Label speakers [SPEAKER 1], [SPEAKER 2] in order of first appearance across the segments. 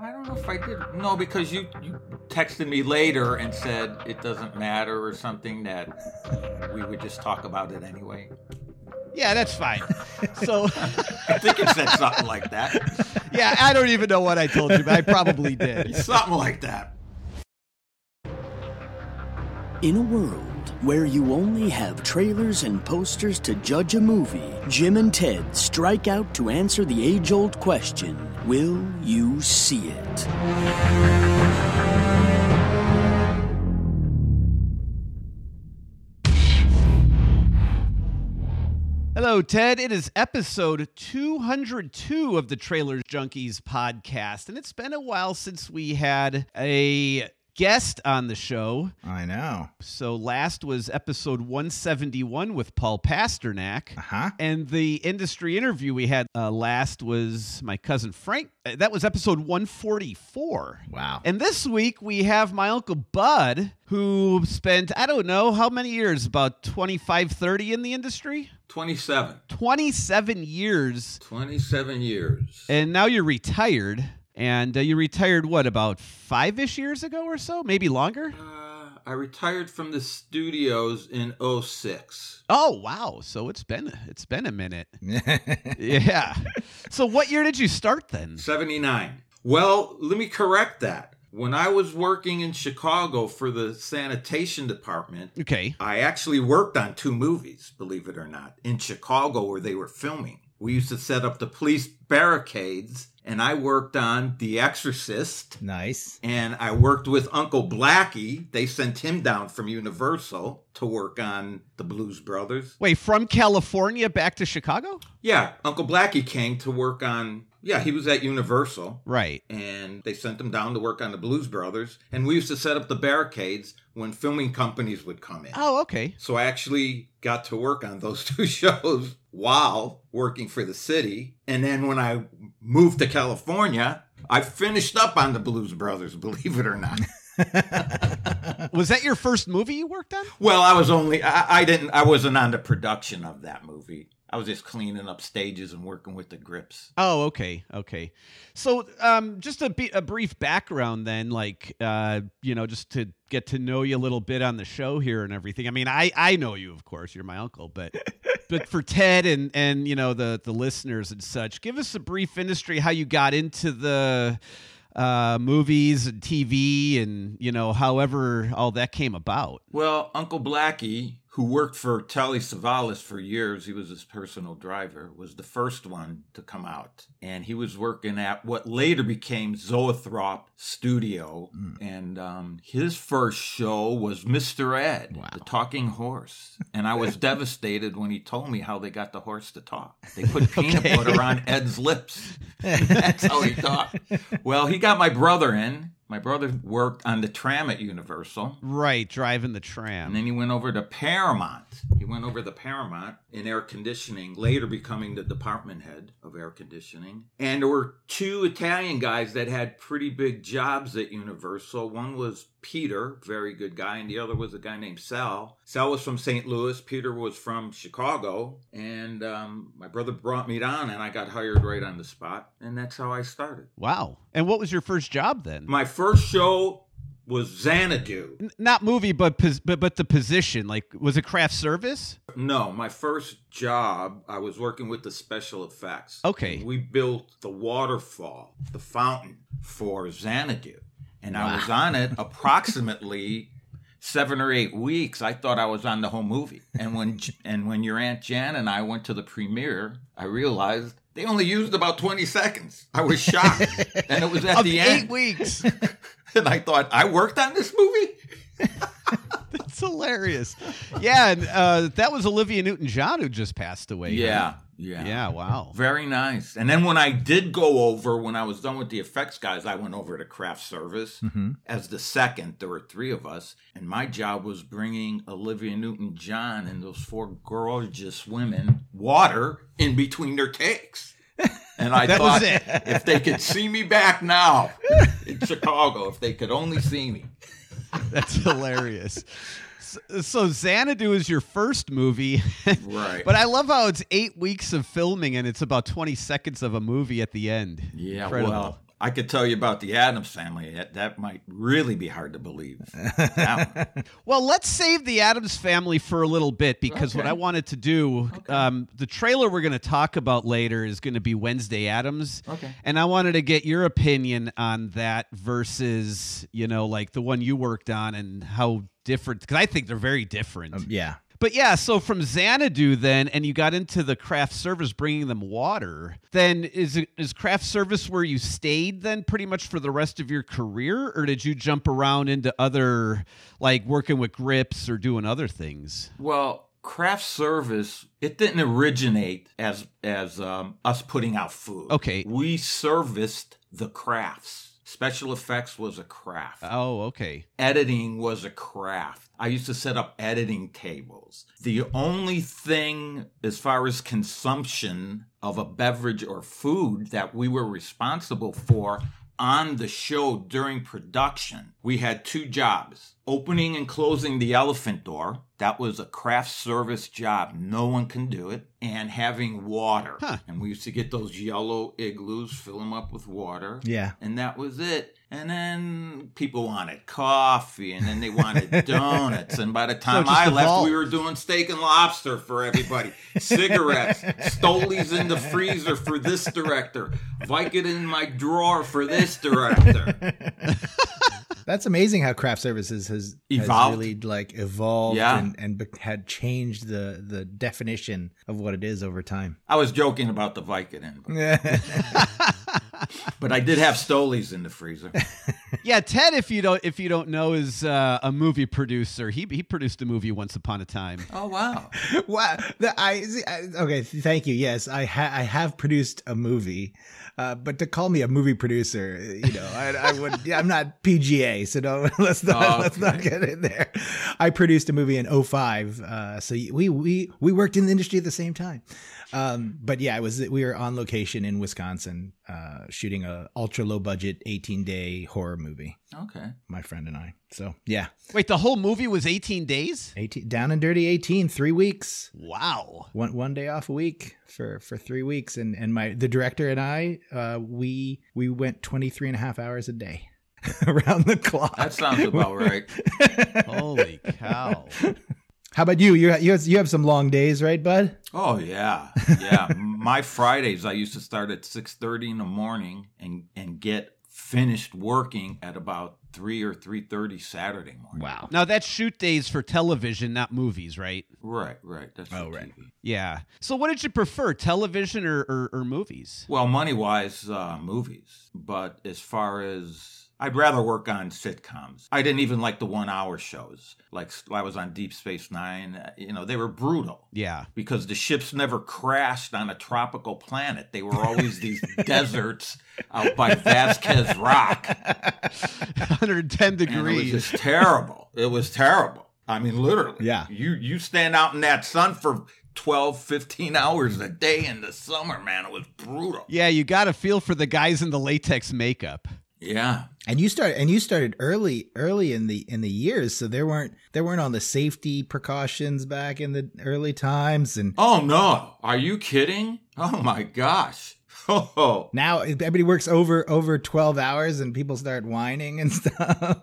[SPEAKER 1] I don't know if I did. No, because you, you texted me later and said it doesn't matter or something that we would just talk about it anyway.
[SPEAKER 2] Yeah, that's fine. so
[SPEAKER 1] I think it said something like that.
[SPEAKER 2] yeah, I don't even know what I told you, but I probably did.
[SPEAKER 1] Something like that.
[SPEAKER 3] In a world where you only have trailers and posters to judge a movie, Jim and Ted strike out to answer the age old question Will you see it?
[SPEAKER 2] Hello, Ted. It is episode 202 of the Trailers Junkies podcast, and it's been a while since we had a guest on the show.
[SPEAKER 4] I know.
[SPEAKER 2] So last was episode 171 with Paul Pasternak.
[SPEAKER 4] Uh huh.
[SPEAKER 2] And the industry interview we had uh, last was my cousin Frank. Uh, That was episode 144.
[SPEAKER 4] Wow.
[SPEAKER 2] And this week we have my uncle Bud, who spent, I don't know, how many years? About 25, 30 in the industry?
[SPEAKER 1] 27.
[SPEAKER 2] 27 years.
[SPEAKER 1] 27 years.
[SPEAKER 2] And now you're retired. And uh, you retired, what, about five ish years ago or so? Maybe longer?
[SPEAKER 1] Uh, I retired from the studios in 06.
[SPEAKER 2] Oh wow! So it's been it's been a minute. yeah. So what year did you start then?
[SPEAKER 1] 79. Well, let me correct that. When I was working in Chicago for the sanitation department,
[SPEAKER 2] Okay.
[SPEAKER 1] I actually worked on two movies, believe it or not, in Chicago where they were filming. We used to set up the police barricades, and I worked on The Exorcist,
[SPEAKER 4] nice.
[SPEAKER 1] and I worked with Uncle Blackie. They sent him down from Universal to work on The Blues Brothers.
[SPEAKER 2] Wait, from California back to Chicago?
[SPEAKER 1] Yeah, Uncle Blackie came to work on, yeah, he was at Universal.
[SPEAKER 2] Right.
[SPEAKER 1] and they sent them down to work on the Blues Brothers. And we used to set up the barricades when filming companies would come in.
[SPEAKER 2] Oh, okay.
[SPEAKER 1] So I actually got to work on those two shows while working for the city. And then when I moved to California, I finished up on the Blues Brothers, believe it or not.
[SPEAKER 2] Was that your first movie you worked on?
[SPEAKER 1] well, I was only, I, I didn't, I wasn't on the production of that movie. I was just cleaning up stages and working with the grips.
[SPEAKER 2] Oh, okay, okay. So, um, just a, be- a brief background, then, like, uh, you know, just to get to know you a little bit on the show here and everything. I mean, I I know you, of course, you're my uncle, but but for Ted and and you know the the listeners and such, give us a brief industry how you got into the uh, movies and TV and you know however all that came about.
[SPEAKER 1] Well, Uncle Blackie, who worked for Telly Savalas for years, he was his personal driver, was the first one to come out. And he was working at what later became Zoethrop Studio. And um, his first show was Mr. Ed,
[SPEAKER 4] Wow.
[SPEAKER 1] the talking horse. And I was devastated when he told me how they got the horse to talk. They put peanut
[SPEAKER 2] Okay.
[SPEAKER 1] butter on Ed's lips. That's how he talked. Well, he got my brother in. My brother worked on the tram at Universal.
[SPEAKER 2] Right, driving the
[SPEAKER 1] And
[SPEAKER 2] tram.
[SPEAKER 1] then he went over to Paramount. He went over to Paramount in air conditioning, later becoming the department head of air conditioning. And there were two Italian guys that had pretty big jobs at Universal. One was Peter, very good guy, and the other was a guy named Sal. Sal was from St. Louis, Peter was from Chicago. And um, my brother brought me down, and I got hired right on the spot. And that's how I started.
[SPEAKER 2] Wow. And what was your first job then?
[SPEAKER 1] My first show was Xanadu.
[SPEAKER 2] N- not movie, but pos- but but the position. Like, was it craft service?
[SPEAKER 1] No, my first job, I was working with the special effects.
[SPEAKER 2] Okay.
[SPEAKER 1] We built the waterfall, the fountain for Xanadu. And I was on it approximately seven or eight weeks. I thought I was on the whole movie. And when J- and when your Aunt Jan and I went to the premiere, I realized they only used about 20 seconds. I was shocked. and it was at
[SPEAKER 2] Of
[SPEAKER 1] the
[SPEAKER 2] eight
[SPEAKER 1] end.
[SPEAKER 2] weeks.
[SPEAKER 1] And I thought, I worked on this movie?
[SPEAKER 2] That's hilarious. Yeah, and uh, that was Olivia Newton-John who just passed away.
[SPEAKER 1] Yeah.
[SPEAKER 2] right?
[SPEAKER 1] Yeah.
[SPEAKER 2] Yeah. Wow.
[SPEAKER 1] Very nice. And then when I did go over, when I was done with the effects guys, I went over to craft service as the second. There were three of us, and my job was bringing Olivia Newton John and those four gorgeous women water in between their takes. And I
[SPEAKER 2] That
[SPEAKER 1] thought
[SPEAKER 2] was it.
[SPEAKER 1] if they could see me back now in Chicago, if they could only see me.
[SPEAKER 2] That's hilarious. So, so Xanadu is your first movie,
[SPEAKER 1] Right.
[SPEAKER 2] but I love how it's eight weeks of filming and it's about twenty seconds of a movie at the end.
[SPEAKER 1] Yeah,
[SPEAKER 2] Incredible.
[SPEAKER 1] well, I could tell you about the Adams family. That, that might really be hard to believe. That one.
[SPEAKER 2] Well, let's save the Adams family for a little bit because what
[SPEAKER 1] Okay.
[SPEAKER 2] I wanted to do,
[SPEAKER 1] Okay.
[SPEAKER 2] um, the trailer we're going to talk about later is going to be Wednesday Adams.
[SPEAKER 1] Okay.
[SPEAKER 2] And I wanted to get your opinion on that versus, you know, like the one you worked on and how different, because I think they're very different.
[SPEAKER 4] Um, yeah.
[SPEAKER 2] But yeah, so from Xanadu then, and you got into the craft service bringing them water. Then is it, is craft service where you stayed then pretty much for the rest of your career, or did you jump around into other like working with grips or doing other things?
[SPEAKER 1] Well, craft service it didn't originate as as um, us putting out food.
[SPEAKER 2] Okay.
[SPEAKER 1] we serviced the crafts. Special effects was a craft.
[SPEAKER 2] Oh, okay.
[SPEAKER 1] editing was a craft. I used to set up editing tables. The only thing, as far as consumption of a beverage or food, that we were responsible for on the show during production, we had two jobs opening and closing the elephant door. That was a craft service job. No one can do it. And having water.
[SPEAKER 2] Huh.
[SPEAKER 1] And we used to get those yellow igloos, fill them up with water
[SPEAKER 4] Yeah.
[SPEAKER 1] and that was it. And then people wanted coffee, and then they wanted donuts. And by the time
[SPEAKER 2] just
[SPEAKER 1] I left,
[SPEAKER 2] evolved.
[SPEAKER 1] we were doing steak and lobster for everybody, cigarettes, Stolies in the freezer for this director, Vicodin in my drawer for this director.
[SPEAKER 4] That's amazing how craft services has, has
[SPEAKER 1] Evolved.
[SPEAKER 4] really like evolved
[SPEAKER 1] Yeah.
[SPEAKER 4] and, and be- had changed the, the definition of what it is over time.
[SPEAKER 1] I was joking about the Vicodin, but, but I did have Stolies in the freezer.
[SPEAKER 2] yeah, Ted, if you don't if you don't know, is uh, a movie producer. He he produced a movie once upon a time.
[SPEAKER 1] Oh wow!
[SPEAKER 4] wow. The, I, I okay. th- Thank you. Yes, I ha- I have produced a movie, uh, but to call me a movie producer, you know, I, I would. yeah, I'm not PGA, so don't let's not let's not
[SPEAKER 1] Okay.
[SPEAKER 4] get in there. I produced a movie in 05, uh, so we we we worked in the industry at the same time. Um, but yeah, it was we were on location in Wisconsin, uh, shooting a ultra low budget 18 day horror movie.
[SPEAKER 1] Okay,
[SPEAKER 4] My friend and I. So yeah,
[SPEAKER 2] Wait, the whole movie was 18 days?
[SPEAKER 4] 18 down and dirty 18, three weeks
[SPEAKER 2] Wow.
[SPEAKER 4] one one day off a week for for three weeks and and my the director and i uh we we went 23 and a half hours a day around the clock
[SPEAKER 1] that sounds about right.
[SPEAKER 2] Holy cow.
[SPEAKER 4] how about you you you have, you have some long days right bud
[SPEAKER 1] Oh yeah, yeah. My Fridays, I used to start at six thirty in the morning and and get finished working at about three or three thirty Saturday morning.
[SPEAKER 4] wow
[SPEAKER 2] Now that's shoot days for television, not movies, right?
[SPEAKER 1] Right, right. That's
[SPEAKER 4] Oh,
[SPEAKER 1] oh,
[SPEAKER 4] right.
[SPEAKER 1] right.
[SPEAKER 2] Yeah. So what did you prefer, television or, or, or movies?
[SPEAKER 1] Well, money wise, uh, movies. But as far as I'd rather work on sitcoms. I didn't even like the one hour shows. Like I was on Deep Space Nine. uh, You know, they were brutal.
[SPEAKER 2] Yeah.
[SPEAKER 1] because the ships never crashed on a tropical planet. They were always these deserts out by Vasquez Rock.
[SPEAKER 2] 110
[SPEAKER 1] And it was
[SPEAKER 2] degrees.
[SPEAKER 1] just terrible. It was terrible. I mean, literally.
[SPEAKER 4] Yeah.
[SPEAKER 1] You you stand out in that sun for 12, 15 hours a day in the summer, man. It was brutal.
[SPEAKER 2] yeah, you got to feel for the guys in the latex makeup.
[SPEAKER 1] Yeah.
[SPEAKER 4] and you started and you started early early in the in the years so there weren't there weren't all the safety precautions back in the early times and
[SPEAKER 1] Oh no. Are you kidding? Oh my gosh. Oh.
[SPEAKER 4] now everybody works over over 12 hours and people start whining and stuff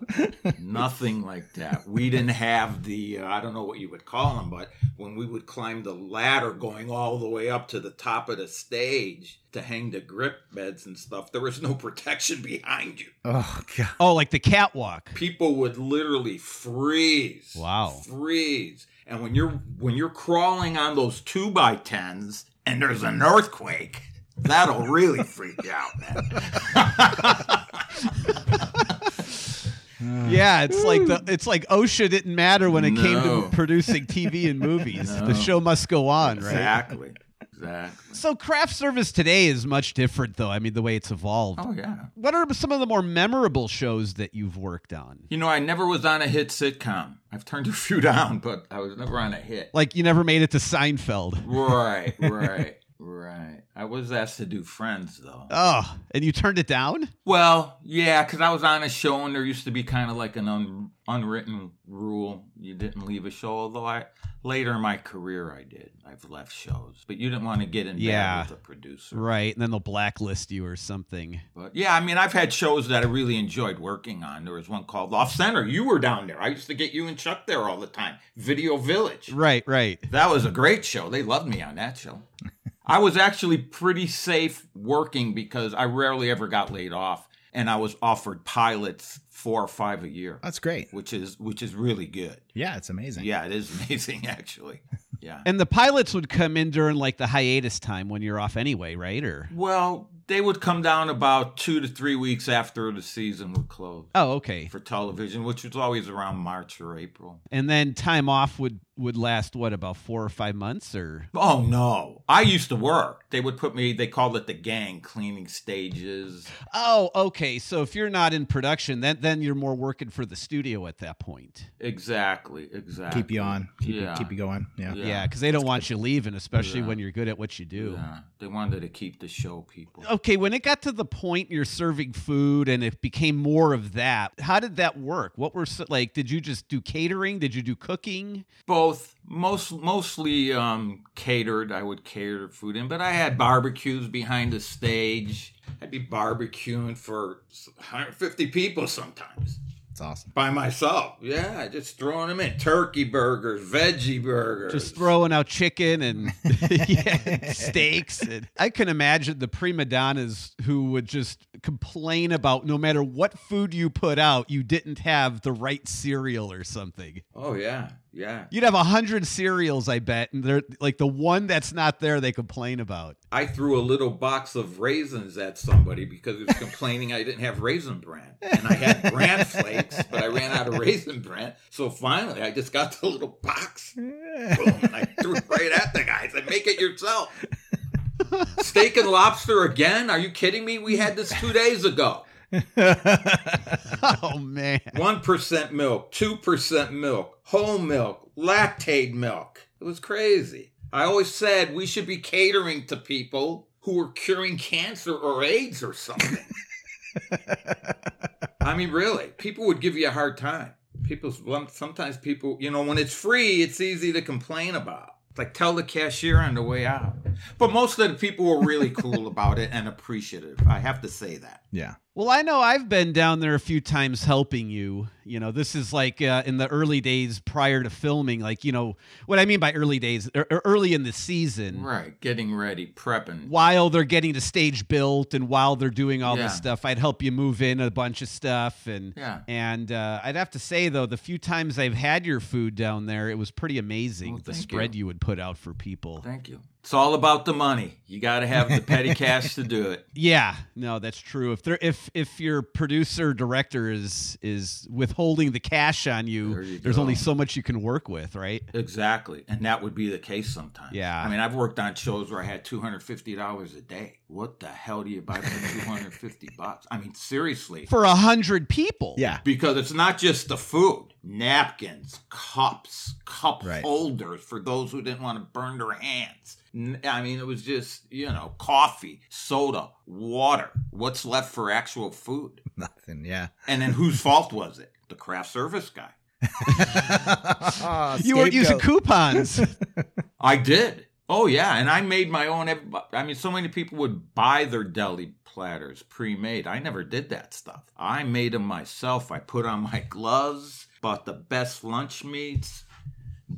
[SPEAKER 1] Nothing like that. We didn't have the, uh, I don't know what you would call them, but when we would climb the ladder going all the way up to the top of the stage to hang the grip beds and stuff, there was no protection behind you.
[SPEAKER 4] oh god
[SPEAKER 2] Oh, like the catwalk.
[SPEAKER 1] People would literally freeze.
[SPEAKER 2] Wow.
[SPEAKER 1] Freeze. And when you're when you're crawling on those two by tens and there's an earthquake, that'll really freak you out, man. Uh.
[SPEAKER 2] Yeah, it's like the it's like OSHA didn't matter when it came
[SPEAKER 1] No.
[SPEAKER 2] to producing TV and movies. The show must go on, right?
[SPEAKER 1] Exactly. Exactly.
[SPEAKER 2] So craft service today is much different though. I mean, the way it's evolved.
[SPEAKER 1] Oh yeah.
[SPEAKER 2] What are some of the more memorable shows that you've worked on?
[SPEAKER 1] You know, I never was on a hit sitcom. I've turned a few down, but I was never on a hit.
[SPEAKER 2] Like you never made it to Seinfeld.
[SPEAKER 1] Right, right, Right. I was asked to do Friends though.
[SPEAKER 2] Oh, and you turned it down?
[SPEAKER 1] Well, yeah, because I was on a show and there used to be kind of like an un- unwritten rule you didn't leave a show. Although I later in my career I did. I've left shows, but you didn't want to get in
[SPEAKER 2] Yeah.
[SPEAKER 1] bad with a producer,
[SPEAKER 2] Right. And then they'll blacklist you or something.
[SPEAKER 1] But yeah, I mean, I've had shows that I really enjoyed working on. There was one called Off Center. You were down there. I used to get you and Chuck there all the time. Video Village.
[SPEAKER 2] Right, right.
[SPEAKER 1] That was a great show. They loved me on that show. I was actually pretty safe working because I rarely ever got laid off, and I was offered pilots four or five a year,
[SPEAKER 4] That's great.
[SPEAKER 1] which is which is really good.
[SPEAKER 4] Yeah, it's amazing.
[SPEAKER 1] Yeah, it is amazing actually. Yeah.
[SPEAKER 2] And the pilots would come in during like the hiatus time when you're off anyway, right? Or
[SPEAKER 1] Well, they would come down about two to three weeks after the season would close
[SPEAKER 2] oh, okay.
[SPEAKER 1] for television, which was always around March or April.
[SPEAKER 2] And then time off would would last what about four or five months or
[SPEAKER 1] Oh no. I used to work. They would put me they called it the gang cleaning stages.
[SPEAKER 2] oh, okay. So if you're not in production, then then you're more working for the studio at that point.
[SPEAKER 1] Exactly, exactly.
[SPEAKER 4] Keep you on. Keep,
[SPEAKER 1] Yeah.
[SPEAKER 4] you, keep you going. Yeah.
[SPEAKER 1] Yeah.
[SPEAKER 2] Yeah, because they don't want you leaving, especially
[SPEAKER 1] Yeah.
[SPEAKER 2] when you're good at what you do.
[SPEAKER 1] Yeah, they wanted to keep the show people.
[SPEAKER 2] Okay, when it got to the point you're serving food and it became more of that, how did that work? What were so, like? Did you just do catering? Did you do cooking?
[SPEAKER 1] Both, most mostly um, catered. I would cater food in, but I had barbecues behind the stage. I'd be barbecuing for 150 people sometimes
[SPEAKER 4] It's awesome.
[SPEAKER 1] by myself. Yeah, just throwing them in turkey burgers, veggie burgers.
[SPEAKER 2] just throwing out chicken and yeah, steaks. And I can imagine the prima donnas who would just complain about no matter what food you put out, you didn't have the right cereal or something.
[SPEAKER 1] Oh yeah, yeah.
[SPEAKER 2] You'd have a hundred cereals, I bet, and they're like the one that's not there. They complain about.
[SPEAKER 1] I threw a little box of raisins at somebody because he was complaining I didn't have raisin bran. And I had bran flakes, but I ran out of raisin bran. So finally, I just got the little box. Boom. And I threw it right at the guy. I said, make it yourself. Steak and lobster again? Are you kidding me? We had this two days ago.
[SPEAKER 2] Oh man,
[SPEAKER 1] 1% milk, 2% milk, whole milk, lactate milk. It was crazy. I always said we should be catering to people who are curing cancer or AIDS or something. I mean, really, people would give you a hard time. People, sometimes people, you know, when it's free, it's easy to complain about. It's Like tell the cashier on the way out. But most of the people were really cool about it and appreciative. I have to say that.
[SPEAKER 4] Yeah.
[SPEAKER 2] Well, I know I've been down there a few times helping you. You know, this is like uh, in the early days prior to filming. Like, you know, what I mean by early days, er, er- early in the season,
[SPEAKER 1] Right, getting ready, prepping.
[SPEAKER 2] while they're getting the stage built and while they're doing all
[SPEAKER 1] Yeah.
[SPEAKER 2] this stuff, I'd help you move in a bunch of stuff. And
[SPEAKER 1] Yeah.
[SPEAKER 2] and uh, I'd have to say though, the few times I've had your food down there, it was pretty amazing
[SPEAKER 1] Well,
[SPEAKER 2] the
[SPEAKER 1] thank
[SPEAKER 2] spread
[SPEAKER 1] you.
[SPEAKER 2] you. would put out for people.
[SPEAKER 1] Thank you. It's all about the money. You got to have the petty cash to do it.
[SPEAKER 2] Yeah, no, that's true. If they're if if your producer director is is withholding the cash on you,
[SPEAKER 1] There you
[SPEAKER 2] there's
[SPEAKER 1] go.
[SPEAKER 2] only so much you can work with, right?
[SPEAKER 1] Exactly. And that would be the case sometimes.
[SPEAKER 2] Yeah.
[SPEAKER 1] I mean, I've worked on shows where I had $250 a day. What the hell do you buy for 250 bucks? I mean, seriously.
[SPEAKER 2] For a hundred people.
[SPEAKER 4] Yeah.
[SPEAKER 1] Because it's not just the food, napkins, cups, cup
[SPEAKER 4] Right.
[SPEAKER 1] holders for those who didn't want to burn their hands. N- I mean, it was just, you know, coffee, soda, water. What's left for actual food?
[SPEAKER 4] Nothing. Yeah.
[SPEAKER 1] And then whose fault was it? The craft service guy.
[SPEAKER 2] You weren't using
[SPEAKER 4] Scapegoat.
[SPEAKER 2] coupons.
[SPEAKER 1] I did. Oh yeah, and I made my own. I mean, so many people would buy their deli platters pre-made. I never did that stuff. I made them myself. I put on my gloves, bought the best lunch meats,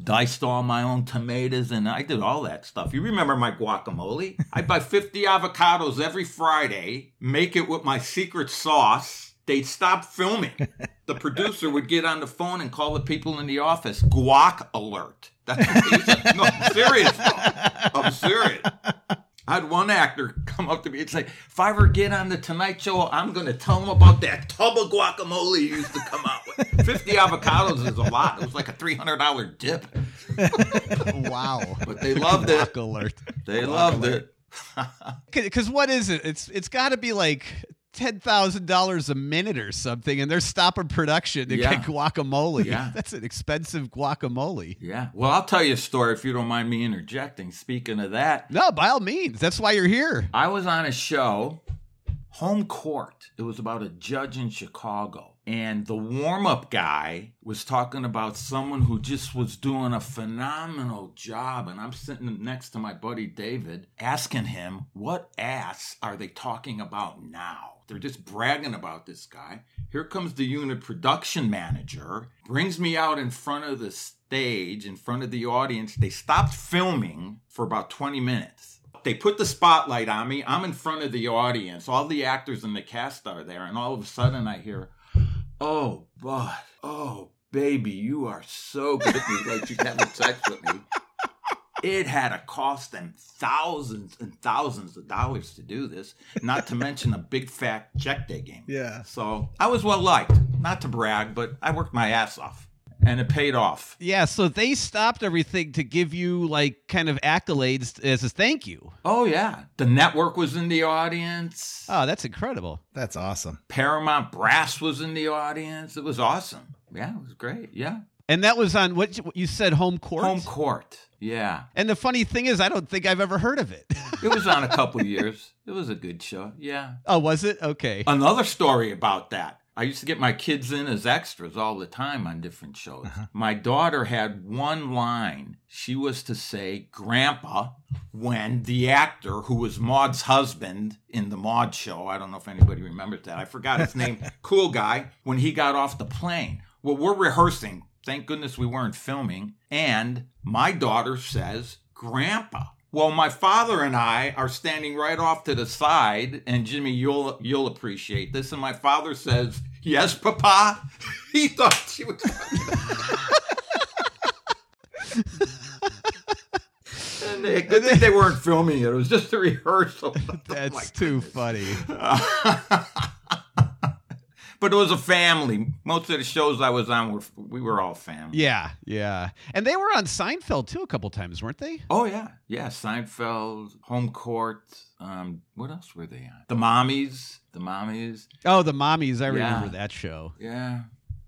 [SPEAKER 1] diced all my own tomatoes, and I did all that stuff. You remember my guacamole? I buy fifty avocados every Friday, make it with my secret sauce. They'd stop filming. The producer would get on the phone and call the people in the office. Guac alert. That's what he said. No, I'm serious. though. I'm serious. I had one actor come up to me and say, "If I ever get on the Tonight Show, I'm going to tell them about that tub of guacamole you used to come out with. Fifty avocados is a lot. It was like a three hundred dollar dip,
[SPEAKER 2] wow.
[SPEAKER 1] but they loved it.
[SPEAKER 2] Fuck alert.
[SPEAKER 1] They loved it.
[SPEAKER 2] Because what is it? It's it's got to be like ten thousand dollars a minute or something, and they're stopping production to
[SPEAKER 1] Yeah.
[SPEAKER 2] get guacamole.
[SPEAKER 1] Yeah.
[SPEAKER 2] That's an expensive guacamole.
[SPEAKER 1] Yeah. Well, I'll tell you a story if you don't mind me interjecting. Speaking of that,
[SPEAKER 2] No, by all means, that's why you're here.
[SPEAKER 1] I was on a show, Home Court. It was about a judge in Chicago. And the warm up guy was talking about someone who just was doing a phenomenal job. And I'm sitting next to my buddy David asking him, What ass are they talking about now? They're just bragging about this guy. Here comes the unit production manager, brings me out in front of the stage, in front of the audience. They stopped filming for about 20 minutes they put the spotlight on me. I'm in front of the audience. All the actors and the cast are there, and all of a sudden I hear, "Oh, bud, oh, baby, you are so good." It's like she's having sex with me. It had a cost them thousands and thousands of dollars to do this, not to mention a big fat check they gave me.
[SPEAKER 4] Yeah.
[SPEAKER 1] So I was well liked. Not to brag, but I worked my ass off, and it paid off.
[SPEAKER 2] Yeah, so they stopped everything to give you like kind of accolades as a thank you.
[SPEAKER 1] Oh yeah, the network was in the audience.
[SPEAKER 2] Oh, that's incredible.
[SPEAKER 4] That's awesome.
[SPEAKER 1] Paramount Brass was in the audience. It was awesome. Yeah, it was great. Yeah.
[SPEAKER 2] And that was on what you- what you said, home court.
[SPEAKER 1] Home court. Yeah.
[SPEAKER 2] And the funny thing is, I don't think I've ever heard of it.
[SPEAKER 1] It was on a couple years. It was a good show. Yeah.
[SPEAKER 2] oh, was it? Okay.
[SPEAKER 1] Another story about that. I used to get my kids in as extras all the time on different shows. My daughter had one line. She was to say grandpa when the actor who was Maud's husband in the Maud show, I don't know if anybody remembers that. I forgot his name, cool guy, when he got off the plane. Well, we're rehearsing. Thank goodness we weren't filming. And my daughter says grandpa. Well, my father and I are standing right off to the side, and Jimmy, you'll you'll appreciate this. And my father says, "Yes, Papa." he thought she was. and they, good thing they weren't filming it. It was just a rehearsal.
[SPEAKER 2] That's too funny.
[SPEAKER 1] but it was a family. Most of the shows I was on were we were all family.
[SPEAKER 2] Yeah, yeah. And they were on Seinfeld too a couple times, weren't they?
[SPEAKER 1] Oh yeah, yeah. Seinfeld, Home Court. Um, what else were they on? The Mommies. The Mommies.
[SPEAKER 2] Oh, the mommies. I remember
[SPEAKER 1] Yeah.
[SPEAKER 2] that show.
[SPEAKER 1] Yeah,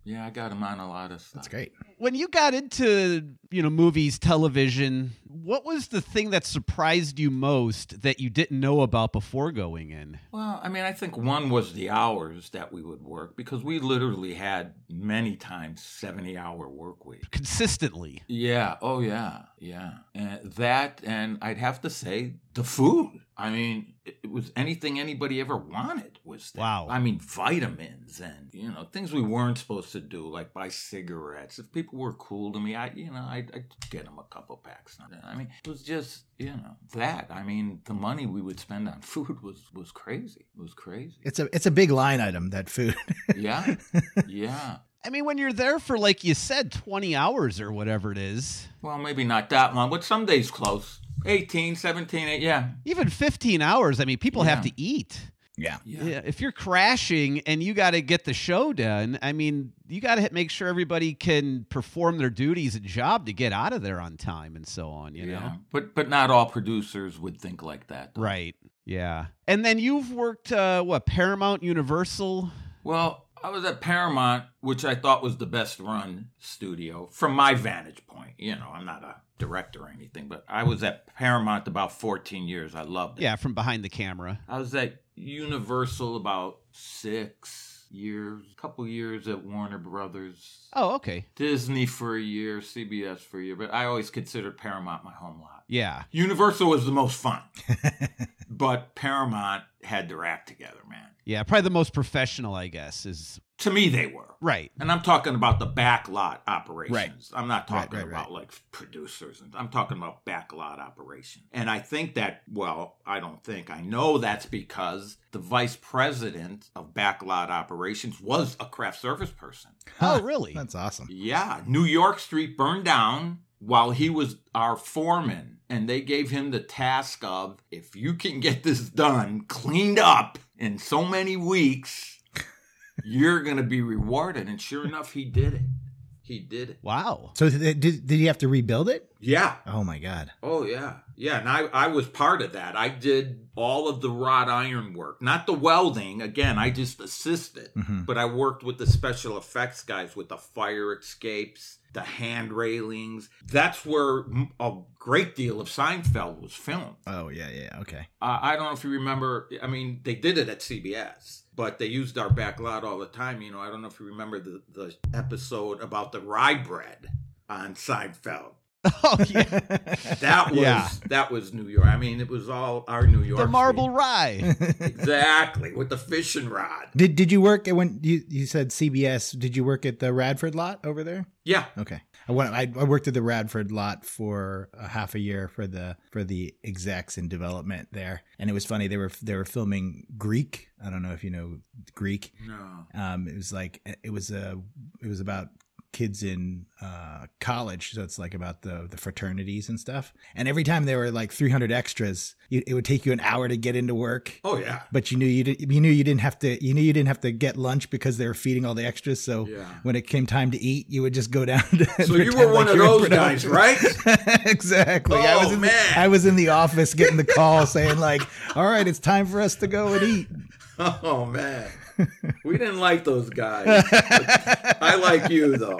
[SPEAKER 1] yeah. I got him on a lot of stuff.
[SPEAKER 4] That's great.
[SPEAKER 2] When you got into, you know, movies, television, what was the thing that surprised you most that you didn't know about before going in?
[SPEAKER 1] Well, I mean, I think one was the hours that we would work because we literally had many times seventy-hour work week.
[SPEAKER 2] Consistently.
[SPEAKER 1] Yeah. Oh, yeah. Yeah. And that, and I'd have to say the food. I mean, it it was anything anybody ever wanted was there.
[SPEAKER 2] Wow.
[SPEAKER 1] I mean, vitamins and you know things we weren't supposed to do, like buy cigarettes. If people were cool to me, I you know I'd, I'd get them a couple packs. I mean, it was just you know that. I mean, the money we would spend on food was was crazy. It was crazy.
[SPEAKER 4] It's a it's a big line item that food.
[SPEAKER 1] Yeah. yeah.
[SPEAKER 2] I mean, when you're there for, like you said, 20 hours or whatever it is,
[SPEAKER 1] Well, maybe not that long, but some days close. 18, 17, eight- yeah.
[SPEAKER 2] even 15 hours, I mean, people have
[SPEAKER 1] Yeah.
[SPEAKER 2] to eat.
[SPEAKER 4] yeah.
[SPEAKER 1] Yeah.
[SPEAKER 2] Yeah. if you're crashing and you got to get the show done, I mean, you got to make sure everybody can perform their duties and job to get out of there on time and so on, you know?
[SPEAKER 1] But but not all producers would think like that. though.
[SPEAKER 2] Right. Yeah. And then you've worked, uh, what, Paramount Universal?
[SPEAKER 1] Well, I was at Paramount, which I thought was the best run studio from my vantage point. You know, I'm not a director or anything, but I was at Paramount about 14 years. I loved it.
[SPEAKER 2] Yeah, from behind the camera.
[SPEAKER 1] I was at Universal about 6 years, couple years at Warner Brothers.
[SPEAKER 2] Oh, okay.
[SPEAKER 1] Disney for a year, CBS for a year, but I always considered Paramount my home lot.
[SPEAKER 2] Yeah.
[SPEAKER 1] Universal was the most fun, but Paramount had their act together, man.
[SPEAKER 2] Yeah. Probably the most professional, I guess, is
[SPEAKER 1] To me, they were.
[SPEAKER 2] right.
[SPEAKER 1] And I'm talking about the backlot operations.
[SPEAKER 4] Right.
[SPEAKER 1] I'm not talking
[SPEAKER 4] Right, right,
[SPEAKER 1] about like producers. And I'm talking about backlot operations. And I think that, well, I don't think, I know that's because the vice president of backlot operations was a craft service person.
[SPEAKER 2] Oh, really?
[SPEAKER 4] That's awesome.
[SPEAKER 1] Yeah, New York Street burned down while he was our foreman. And they gave him the task of if you can get this done, cleaned up in so many weeks, you're going to be rewarded. And sure enough, he did it. He did it.
[SPEAKER 2] Wow.
[SPEAKER 4] So th- did did you have to rebuild it?
[SPEAKER 1] Yeah.
[SPEAKER 4] Oh my god.
[SPEAKER 1] Oh yeah, yeah, and I I was part of that. I did all of the wrought iron work, not the welding. Again, I just assisted,
[SPEAKER 4] Mhm.
[SPEAKER 1] but I worked with the special effects guys with the fire escapes, the hand railings. That's where m- a great deal of Seinfeld was filmed.
[SPEAKER 4] Oh yeah, yeah. Okay.
[SPEAKER 1] Uh, I don't know if you remember. I mean, they did it at CBS, but they used our back lot all the time. You know, I don't know if you remember the the episode about the rye bread on Seinfeld.
[SPEAKER 2] Oh yeah.
[SPEAKER 1] That was
[SPEAKER 2] Yeah.
[SPEAKER 1] that was New York. I mean, it was all our New York.
[SPEAKER 2] the marble
[SPEAKER 1] scene.
[SPEAKER 2] rye.
[SPEAKER 1] exactly with the fishing rod.
[SPEAKER 4] did did you work at when you you said CBS? Did you work at the Radford lot over there?
[SPEAKER 1] Yeah,
[SPEAKER 4] Okay. I went, I, I worked at the Radford lot for a half a year for the for the execs in development there, and it was funny. They were they were filming Greek. I don't know if you know Greek.
[SPEAKER 1] no,
[SPEAKER 4] Um, it was like it was a it was about kids in uh, college, so it's like about the the fraternities and stuff. And every time there were like 300 extras, you, it would take you an hour to get into work.
[SPEAKER 1] oh yeah,
[SPEAKER 4] But you knew you did, you knew you didn't have to you knew you didn't have to get lunch because they were feeding all the extras. So
[SPEAKER 1] yeah.
[SPEAKER 4] when it came time to eat, you would just go down. To
[SPEAKER 1] So you
[SPEAKER 4] pretend
[SPEAKER 1] were one
[SPEAKER 4] like
[SPEAKER 1] of
[SPEAKER 4] you were
[SPEAKER 1] those
[SPEAKER 4] in
[SPEAKER 1] guys,
[SPEAKER 4] production.
[SPEAKER 1] right?
[SPEAKER 4] exactly. I
[SPEAKER 1] Oh,
[SPEAKER 4] was in
[SPEAKER 1] man.
[SPEAKER 4] The, I was in the office getting the call saying like, "All right, it's time for us to go and eat."
[SPEAKER 1] Oh man, we didn't like those guys. I like you though.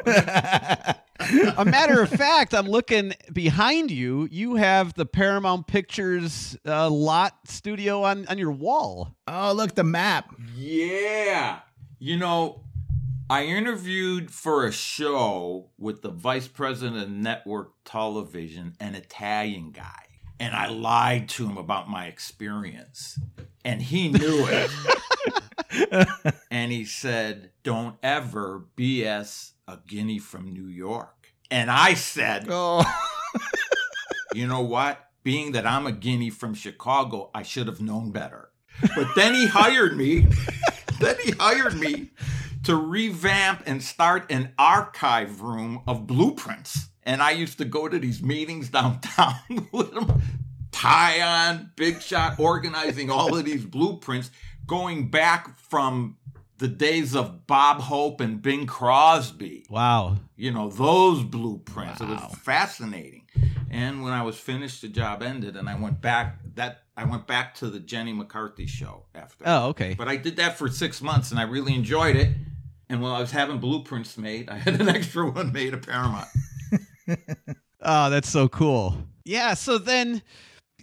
[SPEAKER 2] A matter of fact, I'm looking behind you. You have the Paramount Pictures uh, lot studio on on your wall.
[SPEAKER 4] Oh, look the map.
[SPEAKER 1] Yeah. You know, I interviewed for a show with the vice president of network television, an Italian guy, and I lied to him about my experience, and he knew it. and he said, Don't ever BS a guinea from New York. And I said,
[SPEAKER 4] Oh,
[SPEAKER 1] you know what? Being that I'm a guinea from Chicago, I should have known better. But then he hired me. then he hired me to revamp and start an archive room of blueprints. And I used to go to these meetings downtown with him, tie on, big shot, organizing all of these blueprints, going back from the days of Bob Hope and Bing Crosby
[SPEAKER 2] Wow.
[SPEAKER 1] you know those blueprints it was fascinating and when i was finished the job ended and i went back that i went back to the jenny mccarthy show after
[SPEAKER 2] Oh, okay.
[SPEAKER 1] but i did that for six months and i really enjoyed it and while i was having blueprints made i had an extra one made at paramount
[SPEAKER 2] Oh, that's so cool. Yeah. So then,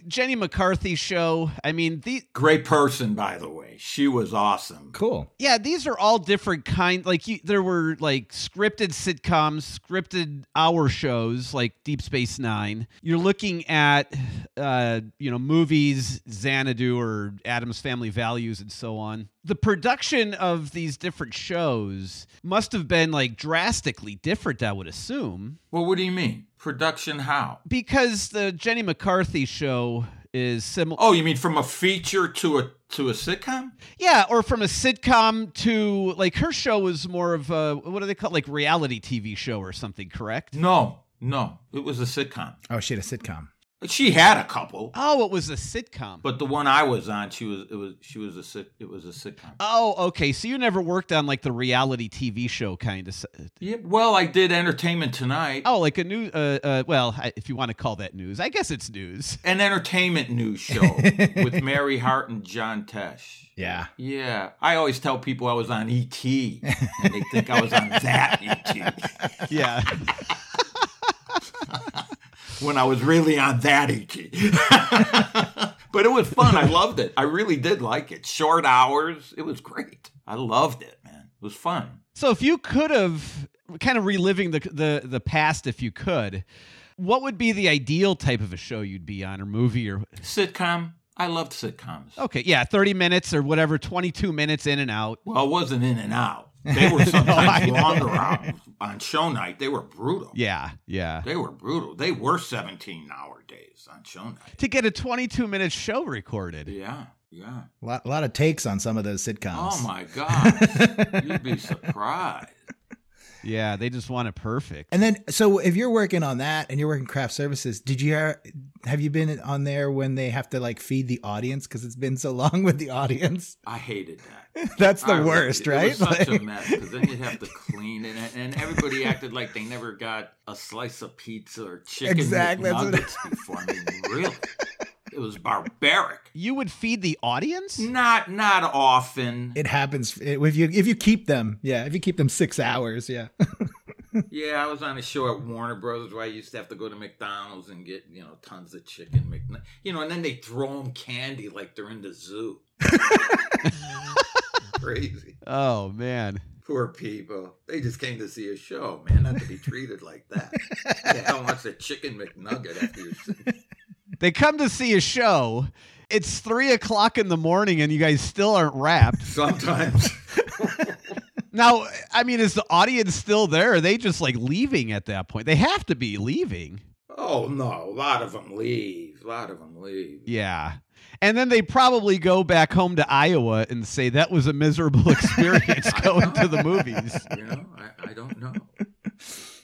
[SPEAKER 2] Jenny McCarthy show. I mean, the
[SPEAKER 1] great person by the way she was awesome
[SPEAKER 4] cool.
[SPEAKER 2] yeah, these are all different kind. Like you, there were like scripted sitcoms, scripted hour shows, like Deep Space Nine. You're looking at, uh, you know, movies, Xanadu or Adam's Family Values, and so on. The production of these different shows must have been like drastically different. I would assume
[SPEAKER 1] well what do you mean production how
[SPEAKER 2] because the Jenny McCarthy show is similar.
[SPEAKER 1] oh you mean from a feature to a to a sitcom
[SPEAKER 2] Yeah, or from a sitcom to like her show was more of a what do they call it? like reality TV show or something, correct?
[SPEAKER 1] no no it was a sitcom
[SPEAKER 4] Oh shit, a sitcom.
[SPEAKER 1] she had a couple
[SPEAKER 2] Oh, it was a sitcom.
[SPEAKER 1] But the one I was on, she was it was she was a sit- it was a sitcom.
[SPEAKER 2] oh, okay. So you never worked on like the reality TV show kind of. s- uh,
[SPEAKER 1] yeah, well, I did Entertainment Tonight
[SPEAKER 2] Oh, like a new. Uh, uh, well, I- if you want to call that news, I guess it's news.
[SPEAKER 1] an entertainment news show with Mary Hart and John Tesh.
[SPEAKER 4] Yeah.
[SPEAKER 1] Yeah, I always tell people I was on ET, and they think I was on that E ET
[SPEAKER 2] Yeah.
[SPEAKER 1] when I was really on that ET. but it was fun. I loved it. I really did like it. Short hours. It was great. I loved it, man. It was fun.
[SPEAKER 2] so if you could have kind of reliving the the the past, if you could, what would be the ideal type of a show you'd be on or movie or
[SPEAKER 1] Sitcom. I loved sitcoms.
[SPEAKER 2] Okay, yeah, 30 minutes or whatever, 22 minutes in and out.
[SPEAKER 1] Well, it wasn't in and out. They were sometimes longer on, on show night. They were brutal.
[SPEAKER 2] Yeah, yeah.
[SPEAKER 1] They were brutal. They were 17 hour days on show night.
[SPEAKER 2] To get a 22 minute show recorded.
[SPEAKER 1] Yeah. Yeah.
[SPEAKER 4] A lot, lot of takes on some of those sitcoms.
[SPEAKER 1] Oh my God. You'd be surprised.
[SPEAKER 2] Yeah, they just want it perfect.
[SPEAKER 4] And then, so if you're working on that and you're working craft services, did you have you been on there when they have to like feed the audience because it's been so long with the audience?
[SPEAKER 1] I hated that.
[SPEAKER 4] That's the
[SPEAKER 1] I really-
[SPEAKER 4] worst,
[SPEAKER 1] it
[SPEAKER 4] right?
[SPEAKER 1] was such
[SPEAKER 4] Like-
[SPEAKER 1] a mess because then you'd have to clean it, and, and everybody acted like they never got a slice of pizza or chicken
[SPEAKER 4] Exactly, that's what-
[SPEAKER 1] nuggets before. I mean, really, it was barbaric.
[SPEAKER 2] You would feed the audience?
[SPEAKER 1] Not not often.
[SPEAKER 4] it happens if you if you keep them. Yeah, if you keep them six hours. Yeah,
[SPEAKER 1] Yeah, I was on a show at Warner Brothers where I used to have to go to McDonald's and get you know tons of chicken, McN- you know, and then they throw them candy like they're in the zoo. Crazy.
[SPEAKER 2] Oh man.
[SPEAKER 1] Poor people. They just came to see a show, man, not to be treated like that. They don't want the chicken McNugget after your
[SPEAKER 2] They come to see a show. It's three o'clock in the morning and you guys still aren't wrapped.
[SPEAKER 1] Sometimes.
[SPEAKER 2] Now, I mean, is the audience still there? Are they just like leaving at that point? They have to be leaving.
[SPEAKER 1] Oh, no. A lot of them leave. A lot of them leave.
[SPEAKER 2] Yeah. And then they probably go back home to Iowa and say that was a miserable experience going to the movies.
[SPEAKER 1] You know, I, I don't know.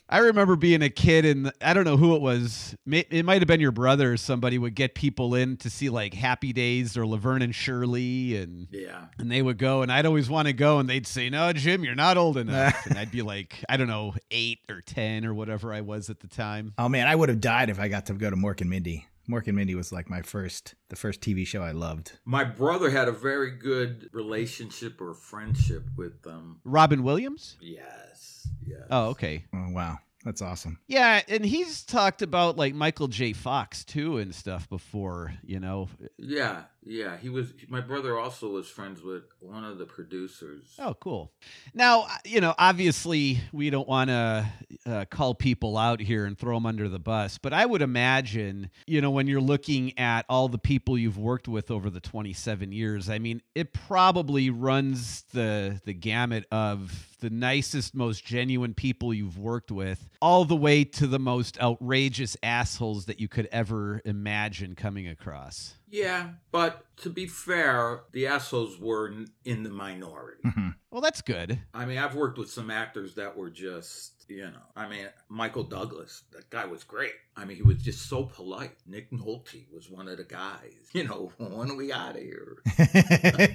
[SPEAKER 2] I remember being a kid, and I don't know who it was. Ma- It might have been your brother or somebody would get people in to see like Happy Days or Laverne and Shirley, and
[SPEAKER 1] Yeah.
[SPEAKER 2] and they would go, and I'd always want to go, and they'd say, "No, Jim, you're not old enough," and I'd be like, I don't know, eight or ten or whatever I was at the time.
[SPEAKER 4] Oh man, I would have died if I got to go to Mork and Mindy. Mork and Mindy was like my first, the first TV show I loved.
[SPEAKER 1] My brother had a very good relationship or friendship with um, them.
[SPEAKER 2] Robin Williams.
[SPEAKER 1] Yes. Yes.
[SPEAKER 2] Oh, okay.
[SPEAKER 4] Oh wow, that's awesome.
[SPEAKER 2] Yeah, and he's talked about like Michael J. Fox too and stuff before, you know.
[SPEAKER 1] Yeah, yeah. He was. My brother also was friends with one of the producers.
[SPEAKER 2] Oh, cool. Now, uh, you know, obviously we don't want to uh, call people out here and throw them under the bus, but I would imagine, you know, when you're looking at all the people you've worked with over the 27 years, I mean, it probably runs the the gamut of the nicest, most genuine people you've worked with, all the way to the most outrageous assholes that you could ever imagine coming across.
[SPEAKER 1] Yeah, but to be fair, the assholes were n- in the minority.
[SPEAKER 2] Hmm.
[SPEAKER 4] Mhm.
[SPEAKER 2] Well, that's good.
[SPEAKER 1] I mean, I've worked with some actors that were just, you know, I mean, Michael Douglas, that guy was great. I mean, he was just so polite. Nick Nolte was one of the guys. You know, when are we out of here?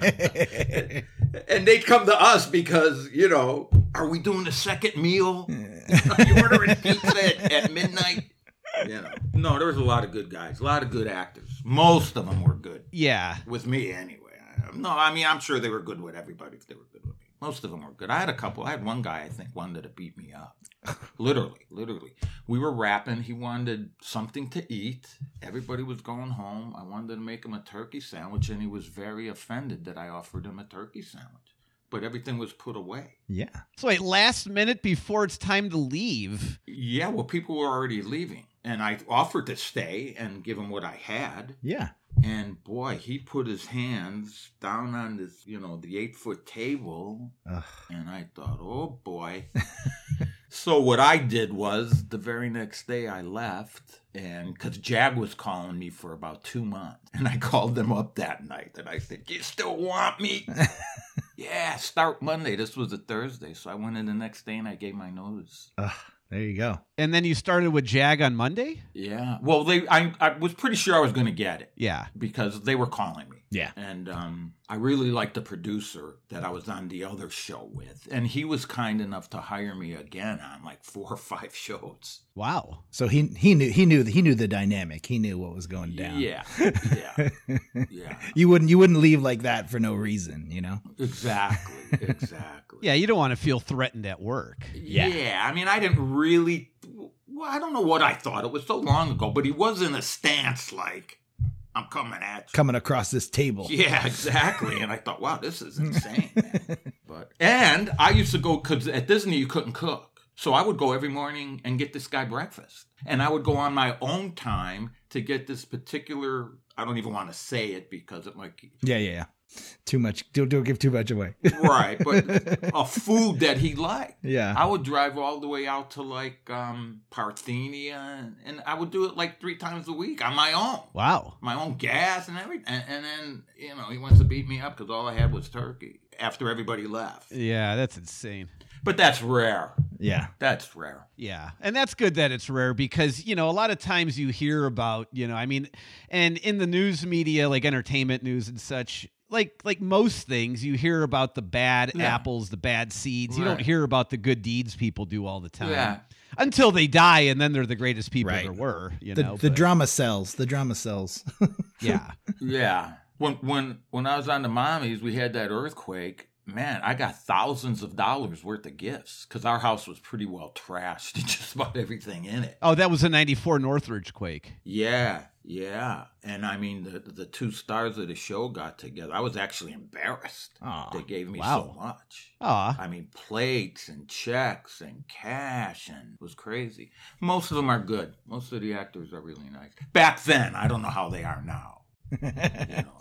[SPEAKER 1] and they'd come to us because, you know, are we doing a second meal? Are you ordering pizza at, at midnight? You know, no, there was a lot of good guys, a lot of good actors. Most of them were good
[SPEAKER 2] Yeah.
[SPEAKER 1] with me, anyway. I- No, I mean, I'm sure they were good with everybody if they were good with me. Most of them were good. I had a couple. I had one guy, I think, wanted to beat me up. literally, literally. We were rapping. He wanted something to eat. Everybody was going home. I wanted to make him a turkey sandwich, and he was very offended that I offered him a turkey sandwich. But everything was put away.
[SPEAKER 4] yeah,
[SPEAKER 2] So wait, last minute before it's time to leave.
[SPEAKER 1] Yeah, well, people were already leaving, and I offered to stay and give him what I had.
[SPEAKER 4] yeah.
[SPEAKER 1] And boy, he put his hands down on this, you know, the eight foot table.
[SPEAKER 4] Ugh.
[SPEAKER 1] And I thought, oh boy. so what I did was the very next day I left, and because Jag was calling me for about two months, and I called them up that night, and I said, "You still want me?" yeah, start Monday. This was a Thursday, so I went in the next day and I gave my notice.
[SPEAKER 4] Ugh. There you go.
[SPEAKER 2] And then you started with Jag on Monday?
[SPEAKER 1] Yeah. Well, they, I, I was pretty sure I was going to get it
[SPEAKER 2] Yeah.
[SPEAKER 1] because they were calling me.
[SPEAKER 4] Yeah.
[SPEAKER 1] And um, I really liked the producer that I was on the other show with. And he was kind enough to hire me again on like four or five shows.
[SPEAKER 2] Wow.
[SPEAKER 4] So he he knew he knew he knew the dynamic. He knew what was going down.
[SPEAKER 1] Yeah. Yeah. yeah.
[SPEAKER 4] You wouldn't you wouldn't leave like that for no reason, you know?
[SPEAKER 1] Exactly. Exactly.
[SPEAKER 2] Yeah, you don't want to feel threatened at work.
[SPEAKER 1] yeah. I mean, I didn't really. Well, I don't know what I thought. It was so long ago, but he was in a stance like, I'm coming at you.
[SPEAKER 4] Coming across this table.
[SPEAKER 1] Yeah, exactly. And I thought, wow, this is insane. Man. But and I used to go because at Disney you couldn't cook, so I would go every morning and get this guy breakfast, and I would go on my own time to get this particular. I don't even want to say it because it might be
[SPEAKER 4] Yeah, yeah, yeah. Too much. Don't don't give too much away.
[SPEAKER 1] right, but a food that he liked.
[SPEAKER 4] yeah.
[SPEAKER 1] I would drive all the way out to like um Parthenia, and, and I would do it like three times a week on my own.
[SPEAKER 2] Wow.
[SPEAKER 1] my own gas and everything. And, and then, you know, he wants to beat me up because all I had was turkey after everybody left.
[SPEAKER 2] Yeah, that's insane.
[SPEAKER 1] But that's rare.
[SPEAKER 4] Yeah.
[SPEAKER 1] That's rare.
[SPEAKER 2] Yeah. And that's good that it's rare because, you know, a lot of times you hear about, you know, I mean, and in the news media, like entertainment news and such, like like most things, you hear about the bad
[SPEAKER 1] Yeah.
[SPEAKER 2] apples, the bad seeds. You
[SPEAKER 1] Right.
[SPEAKER 2] don't hear about the good deeds people do all the time.
[SPEAKER 1] Yeah.
[SPEAKER 2] Until they die and then they're the greatest people
[SPEAKER 4] Right.
[SPEAKER 2] there were, you
[SPEAKER 4] The
[SPEAKER 2] know.
[SPEAKER 4] the
[SPEAKER 2] but-
[SPEAKER 4] drama sells. The drama sells.
[SPEAKER 2] Yeah.
[SPEAKER 1] Yeah. When when when I was on the mommies, we had that earthquake. Man, I got thousands of dollars worth of gifts because our house was pretty well trashed. Just about everything in it.
[SPEAKER 2] Oh, that was a 94 Northridge quake.
[SPEAKER 1] Yeah, yeah. And I mean, the the two stars of the show got together. I was actually embarrassed.
[SPEAKER 4] Aw,
[SPEAKER 1] they gave me
[SPEAKER 2] wow.
[SPEAKER 1] so much.
[SPEAKER 2] Aw.
[SPEAKER 1] I mean, plates and checks and cash and it was crazy. Most of them are good. Most of the actors are really nice. Back then, I don't know how they are now. You know.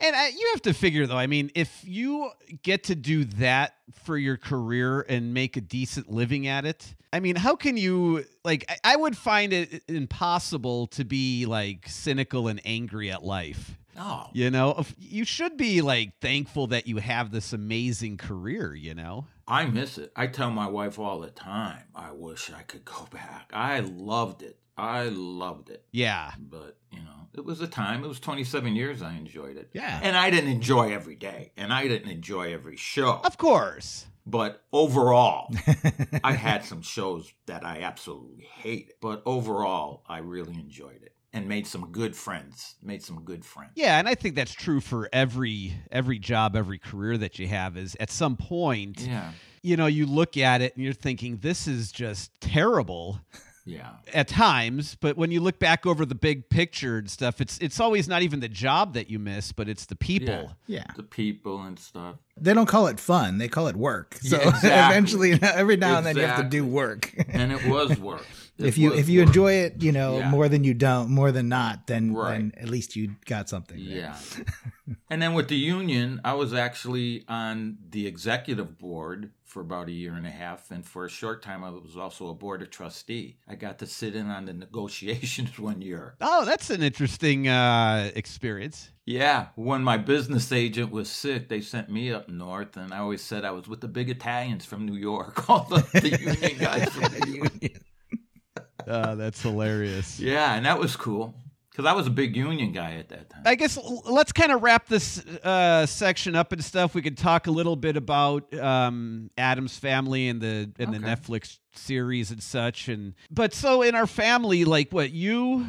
[SPEAKER 2] And I, you have to figure though. I mean, if you get to do that for your career and make a decent living at it, I mean, how can you like? I, I would find it uh, impossible to be like cynical and angry at life.
[SPEAKER 1] No.
[SPEAKER 2] You know, If- you should be like thankful that you have this amazing career. You know,
[SPEAKER 1] I miss it. I tell my wife all the time, I wish I could go back. I loved it. I loved it.
[SPEAKER 2] yeah,
[SPEAKER 1] But, you know, it was a time. It was 27 years I enjoyed it.
[SPEAKER 4] yeah.
[SPEAKER 1] And I didn't enjoy every day, and I didn't enjoy every show.
[SPEAKER 2] of course.
[SPEAKER 1] But overall, I had some shows that I absolutely hated. But overall, I really enjoyed it and made some good friends. Made some good friends.
[SPEAKER 2] Yeah, and I think that's true for every every job, every career that you have. Is at some point,
[SPEAKER 1] Yeah.
[SPEAKER 2] you know, you look at it and you're thinking, this is just terrible
[SPEAKER 1] Yeah.
[SPEAKER 2] at times. But when you look back over the big picture and stuff, it's it's always not even the job that you miss, but it's the people.
[SPEAKER 4] yeah.
[SPEAKER 1] The people and stuff.
[SPEAKER 4] They don't call it fun. They call it work. So
[SPEAKER 1] Yeah, exactly.
[SPEAKER 4] eventually, every now and then, you have to
[SPEAKER 1] Exactly.
[SPEAKER 4] do work.
[SPEAKER 1] And it was work. It
[SPEAKER 4] if you
[SPEAKER 1] was
[SPEAKER 4] if you
[SPEAKER 1] work.
[SPEAKER 4] enjoy it, you know
[SPEAKER 1] Yeah.
[SPEAKER 4] more than you don't, more than not, then
[SPEAKER 1] Right.
[SPEAKER 4] then at least you got something. there.
[SPEAKER 1] Yeah. and then with the union, I was actually on the executive board for about a year and a half. And for a short time, I was also a board of trustee. I got to sit in on the negotiations one year.
[SPEAKER 2] Oh, that's an interesting uh, experience.
[SPEAKER 1] Yeah. When my business agent was sick, they sent me up north. And I always said I was with the big Italians from New York, all the, the union guys from New York.
[SPEAKER 2] Uh, that's hilarious.
[SPEAKER 1] Yeah. And that was cool because I was a big union guy at that time.
[SPEAKER 2] I guess l- let's kind of wrap this uh, section up and stuff. We could talk a little bit about um, Adam's family and the and the
[SPEAKER 1] Okay.
[SPEAKER 2] Netflix series and such. And but so in our family, like what you,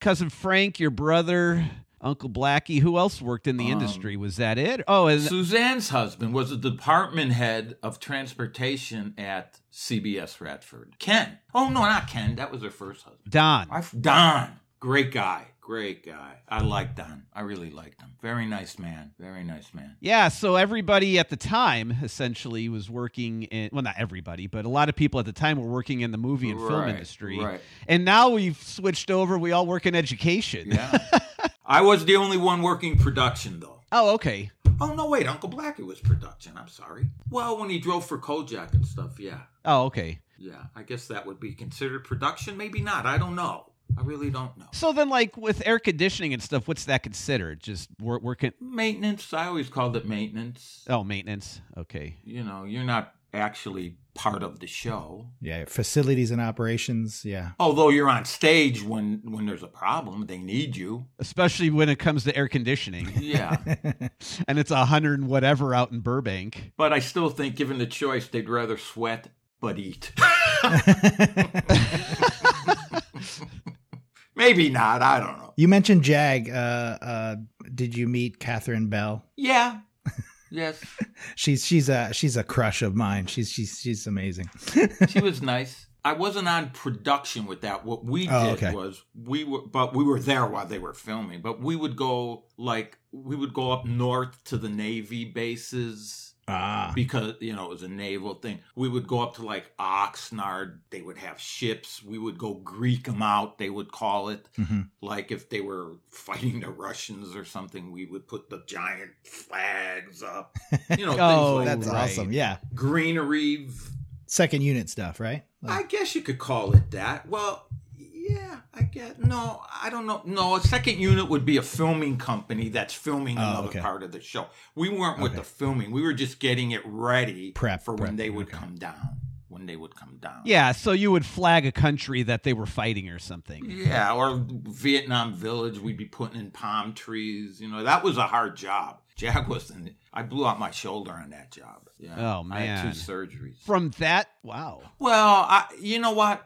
[SPEAKER 2] cousin Frank, your brother, Uncle Blackie, who else worked in the
[SPEAKER 1] Um,
[SPEAKER 2] industry? Was that it? Oh, and
[SPEAKER 1] Suzanne's husband was the department head of transportation at CBS Radford. Ken. Oh, no, not Ken. That was her first husband.
[SPEAKER 2] Don.
[SPEAKER 1] I f Don. Great guy. Great guy. I like Don. I really liked him. Very nice man. Very nice man.
[SPEAKER 2] Yeah, so everybody at the time essentially was working in well, not everybody, but a lot of people at the time were working in the movie and film
[SPEAKER 1] Right,
[SPEAKER 2] industry.
[SPEAKER 1] Right.
[SPEAKER 2] And now we've switched over. We all work in education.
[SPEAKER 1] Yeah. I was the only one working production, though.
[SPEAKER 2] Oh, okay.
[SPEAKER 1] Oh, no, wait. Uncle Blackie was production. I'm sorry. Well, when he drove for Kojak and stuff, yeah.
[SPEAKER 2] Oh, okay.
[SPEAKER 1] Yeah. I guess that would be considered production. Maybe not. I don't know. I really don't know.
[SPEAKER 2] So then, like with air conditioning and stuff, what's that considered? Just work, working.
[SPEAKER 1] Maintenance. I always called it maintenance.
[SPEAKER 2] Oh, maintenance. Okay.
[SPEAKER 1] You know, you're not actually part of the show.
[SPEAKER 4] yeah. Facilities and operations. Yeah,
[SPEAKER 1] Although you're on stage when when there's a problem, they need you.
[SPEAKER 2] Especially when it comes to air conditioning,
[SPEAKER 1] Yeah.
[SPEAKER 2] and it's a hundred and whatever out in Burbank.
[SPEAKER 1] but I still think given the choice, they'd rather sweat but eat. Maybe not, I don't know.
[SPEAKER 4] you mentioned Jag. Uh, uh, did you meet Catherine Bell?
[SPEAKER 1] Yeah. Yes.
[SPEAKER 4] She's she's a she's a crush of mine. She's she's she's amazing.
[SPEAKER 1] She was nice. I wasn't on production with that. What we did
[SPEAKER 4] Oh, okay.
[SPEAKER 1] was we were, but we were there while they were filming. But we would go like we would go up north to the Navy bases
[SPEAKER 4] ah,
[SPEAKER 1] because you know it was a naval thing. We would go up to like Oxnard. They would have ships. We would go Greek them out. They would call it
[SPEAKER 4] Mhm.
[SPEAKER 1] like if they were fighting the Russians or something. We would put the giant flags up. You know, things
[SPEAKER 2] Oh,
[SPEAKER 1] like
[SPEAKER 4] that's
[SPEAKER 1] that.
[SPEAKER 2] right.
[SPEAKER 4] awesome. Yeah,
[SPEAKER 1] greenery. v-
[SPEAKER 4] second unit stuff, right?
[SPEAKER 1] I
[SPEAKER 4] Like-
[SPEAKER 1] guess you could call it that. Well, yeah, I guess. No, I don't know. No, a second unit would be a filming company that's filming
[SPEAKER 4] Oh,
[SPEAKER 1] another
[SPEAKER 4] okay.
[SPEAKER 1] part of the show. We weren't with
[SPEAKER 4] Okay.
[SPEAKER 1] the filming. We were just getting it ready
[SPEAKER 4] Prep,
[SPEAKER 1] for
[SPEAKER 4] prep,
[SPEAKER 1] when they would
[SPEAKER 4] okay.
[SPEAKER 1] come down. when they would come down.
[SPEAKER 2] Yeah, so you would flag a country that they were fighting or something.
[SPEAKER 1] Yeah, or Vietnam Village, we'd be putting in palm trees. You know, that was a hard job. Jack wasn't. I blew out my shoulder on that job. Yeah.
[SPEAKER 2] Oh,
[SPEAKER 1] I had
[SPEAKER 2] man.
[SPEAKER 1] two surgeries.
[SPEAKER 2] From that, wow.
[SPEAKER 1] Well, I, you know what?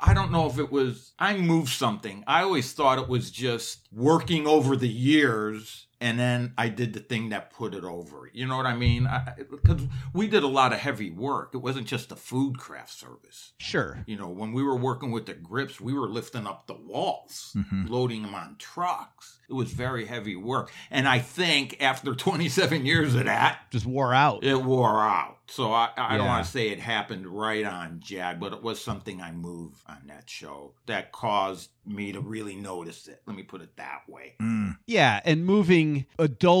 [SPEAKER 1] I don't know if it was, I moved something. I always thought it was just working over the years and then I did the thing that put it over. You know what I mean? Because we did a lot of heavy work. It wasn't just the food craft service.
[SPEAKER 2] Sure.
[SPEAKER 1] You know, when we were working with the grips, we were lifting up the walls, loading them on trucks. It was very heavy work. And I think after 27 years of that,
[SPEAKER 2] Just wore out.
[SPEAKER 1] it wore out. So I, I don't
[SPEAKER 2] Yeah.
[SPEAKER 1] want to say it happened right on Jag, but it was something I moved on that show that caused me to really notice it. Let me put it that way.
[SPEAKER 4] Mm.
[SPEAKER 2] Yeah, and moving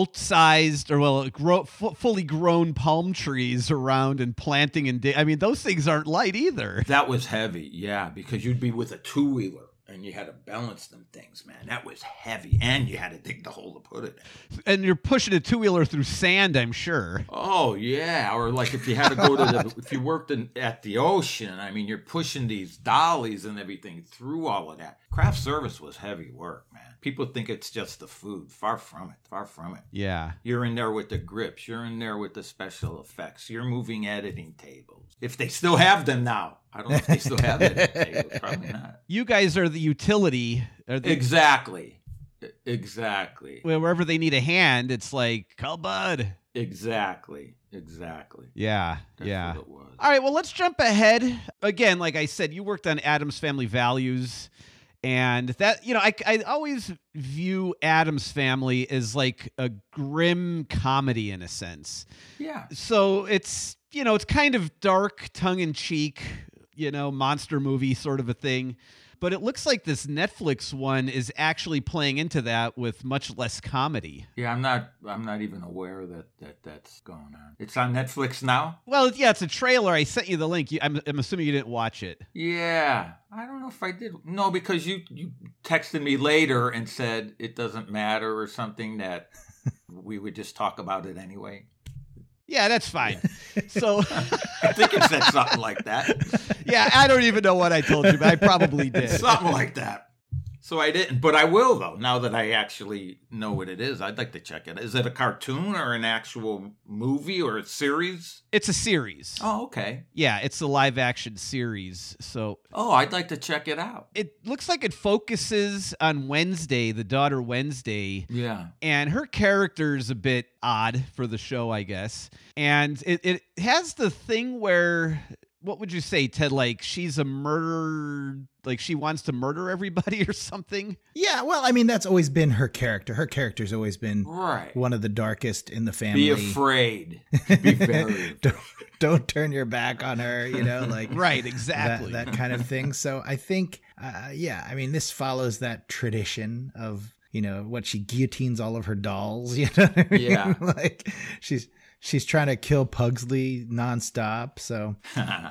[SPEAKER 2] adult-sized or well, grow, fu- fully grown palm trees around and planting and di- I mean, those things aren't light either.
[SPEAKER 1] That was heavy, yeah, because you'd be with a two wheeler and you had to balance them things, man. That was heavy, and you had to dig the hole to put it. in.
[SPEAKER 2] And you're pushing a two-wheeler through sand, I'm sure.
[SPEAKER 1] Oh yeah, or like if you had to go to the if you worked in, at the ocean, I mean, you're pushing these dollies and everything through all of that. Craft service was heavy work, man. People think it's just the food. Far from it. Far from it.
[SPEAKER 2] Yeah.
[SPEAKER 1] You're in there with the grips. You're in there with the special effects. You're moving editing tables. If they still have them now, I don't know if they still have editing tables. Probably not.
[SPEAKER 2] You guys are the utility or the,
[SPEAKER 1] Exactly. Exactly.
[SPEAKER 2] wherever they need a hand, it's like, "Call bud."
[SPEAKER 1] Exactly. Exactly.
[SPEAKER 2] Yeah.
[SPEAKER 1] That's
[SPEAKER 2] yeah.
[SPEAKER 1] what it was.
[SPEAKER 2] All right, well, let's jump ahead. Again, like I said, you worked on Adam's Family Values. And that, you know, I, I always view Adam's Family as like a grim comedy in a sense.
[SPEAKER 1] yeah.
[SPEAKER 2] So it's, you know, it's kind of dark, tongue in cheek, you know, monster movie sort of a thing. But it looks like this Netflix one is actually playing into that with much less comedy.
[SPEAKER 1] Yeah, I'm not. I'm not even aware that, that that's going on. It's on Netflix now.
[SPEAKER 2] Well, yeah, it's a trailer. I sent you the link. You, I'm, I'm assuming you didn't watch it.
[SPEAKER 1] Yeah, I don't know if I did. No, because you you texted me later and said it doesn't matter or something that we would just talk about it anyway.
[SPEAKER 2] Yeah, that's fine. So.
[SPEAKER 1] I think it said something like that.
[SPEAKER 2] yeah, I don't even know what I told you, but I probably did.
[SPEAKER 1] Something like that. So I didn't, but I will though. Now that I actually know what it is, I'd like to check it. Is it a cartoon or an actual movie or a series?
[SPEAKER 2] It's a series.
[SPEAKER 1] Oh, okay.
[SPEAKER 2] Yeah, it's a live action series. So
[SPEAKER 1] Oh, I'd like to check it out.
[SPEAKER 2] it looks like it focuses on Wednesday, the daughter Wednesday,
[SPEAKER 1] Yeah.
[SPEAKER 2] and her character's a bit odd for the show, I guess. And it, it has the thing where what would you say, Ted? Like she's a murderer, like she wants to murder everybody or something.
[SPEAKER 4] Yeah, well, I mean, that's always been her character. Her character's always been
[SPEAKER 1] Right.
[SPEAKER 4] one of the darkest in the family.
[SPEAKER 1] Be afraid. Be very.
[SPEAKER 4] don't, don't turn your back on her, you know, like
[SPEAKER 2] Right,
[SPEAKER 4] that-
[SPEAKER 2] exactly.
[SPEAKER 4] That, kind of thing. So I think, uh, yeah, I mean, this follows that tradition of you know what she guillotines all of her dolls. You know, what I mean?
[SPEAKER 1] Yeah.
[SPEAKER 4] like she's she's trying to kill Pugsley nonstop. So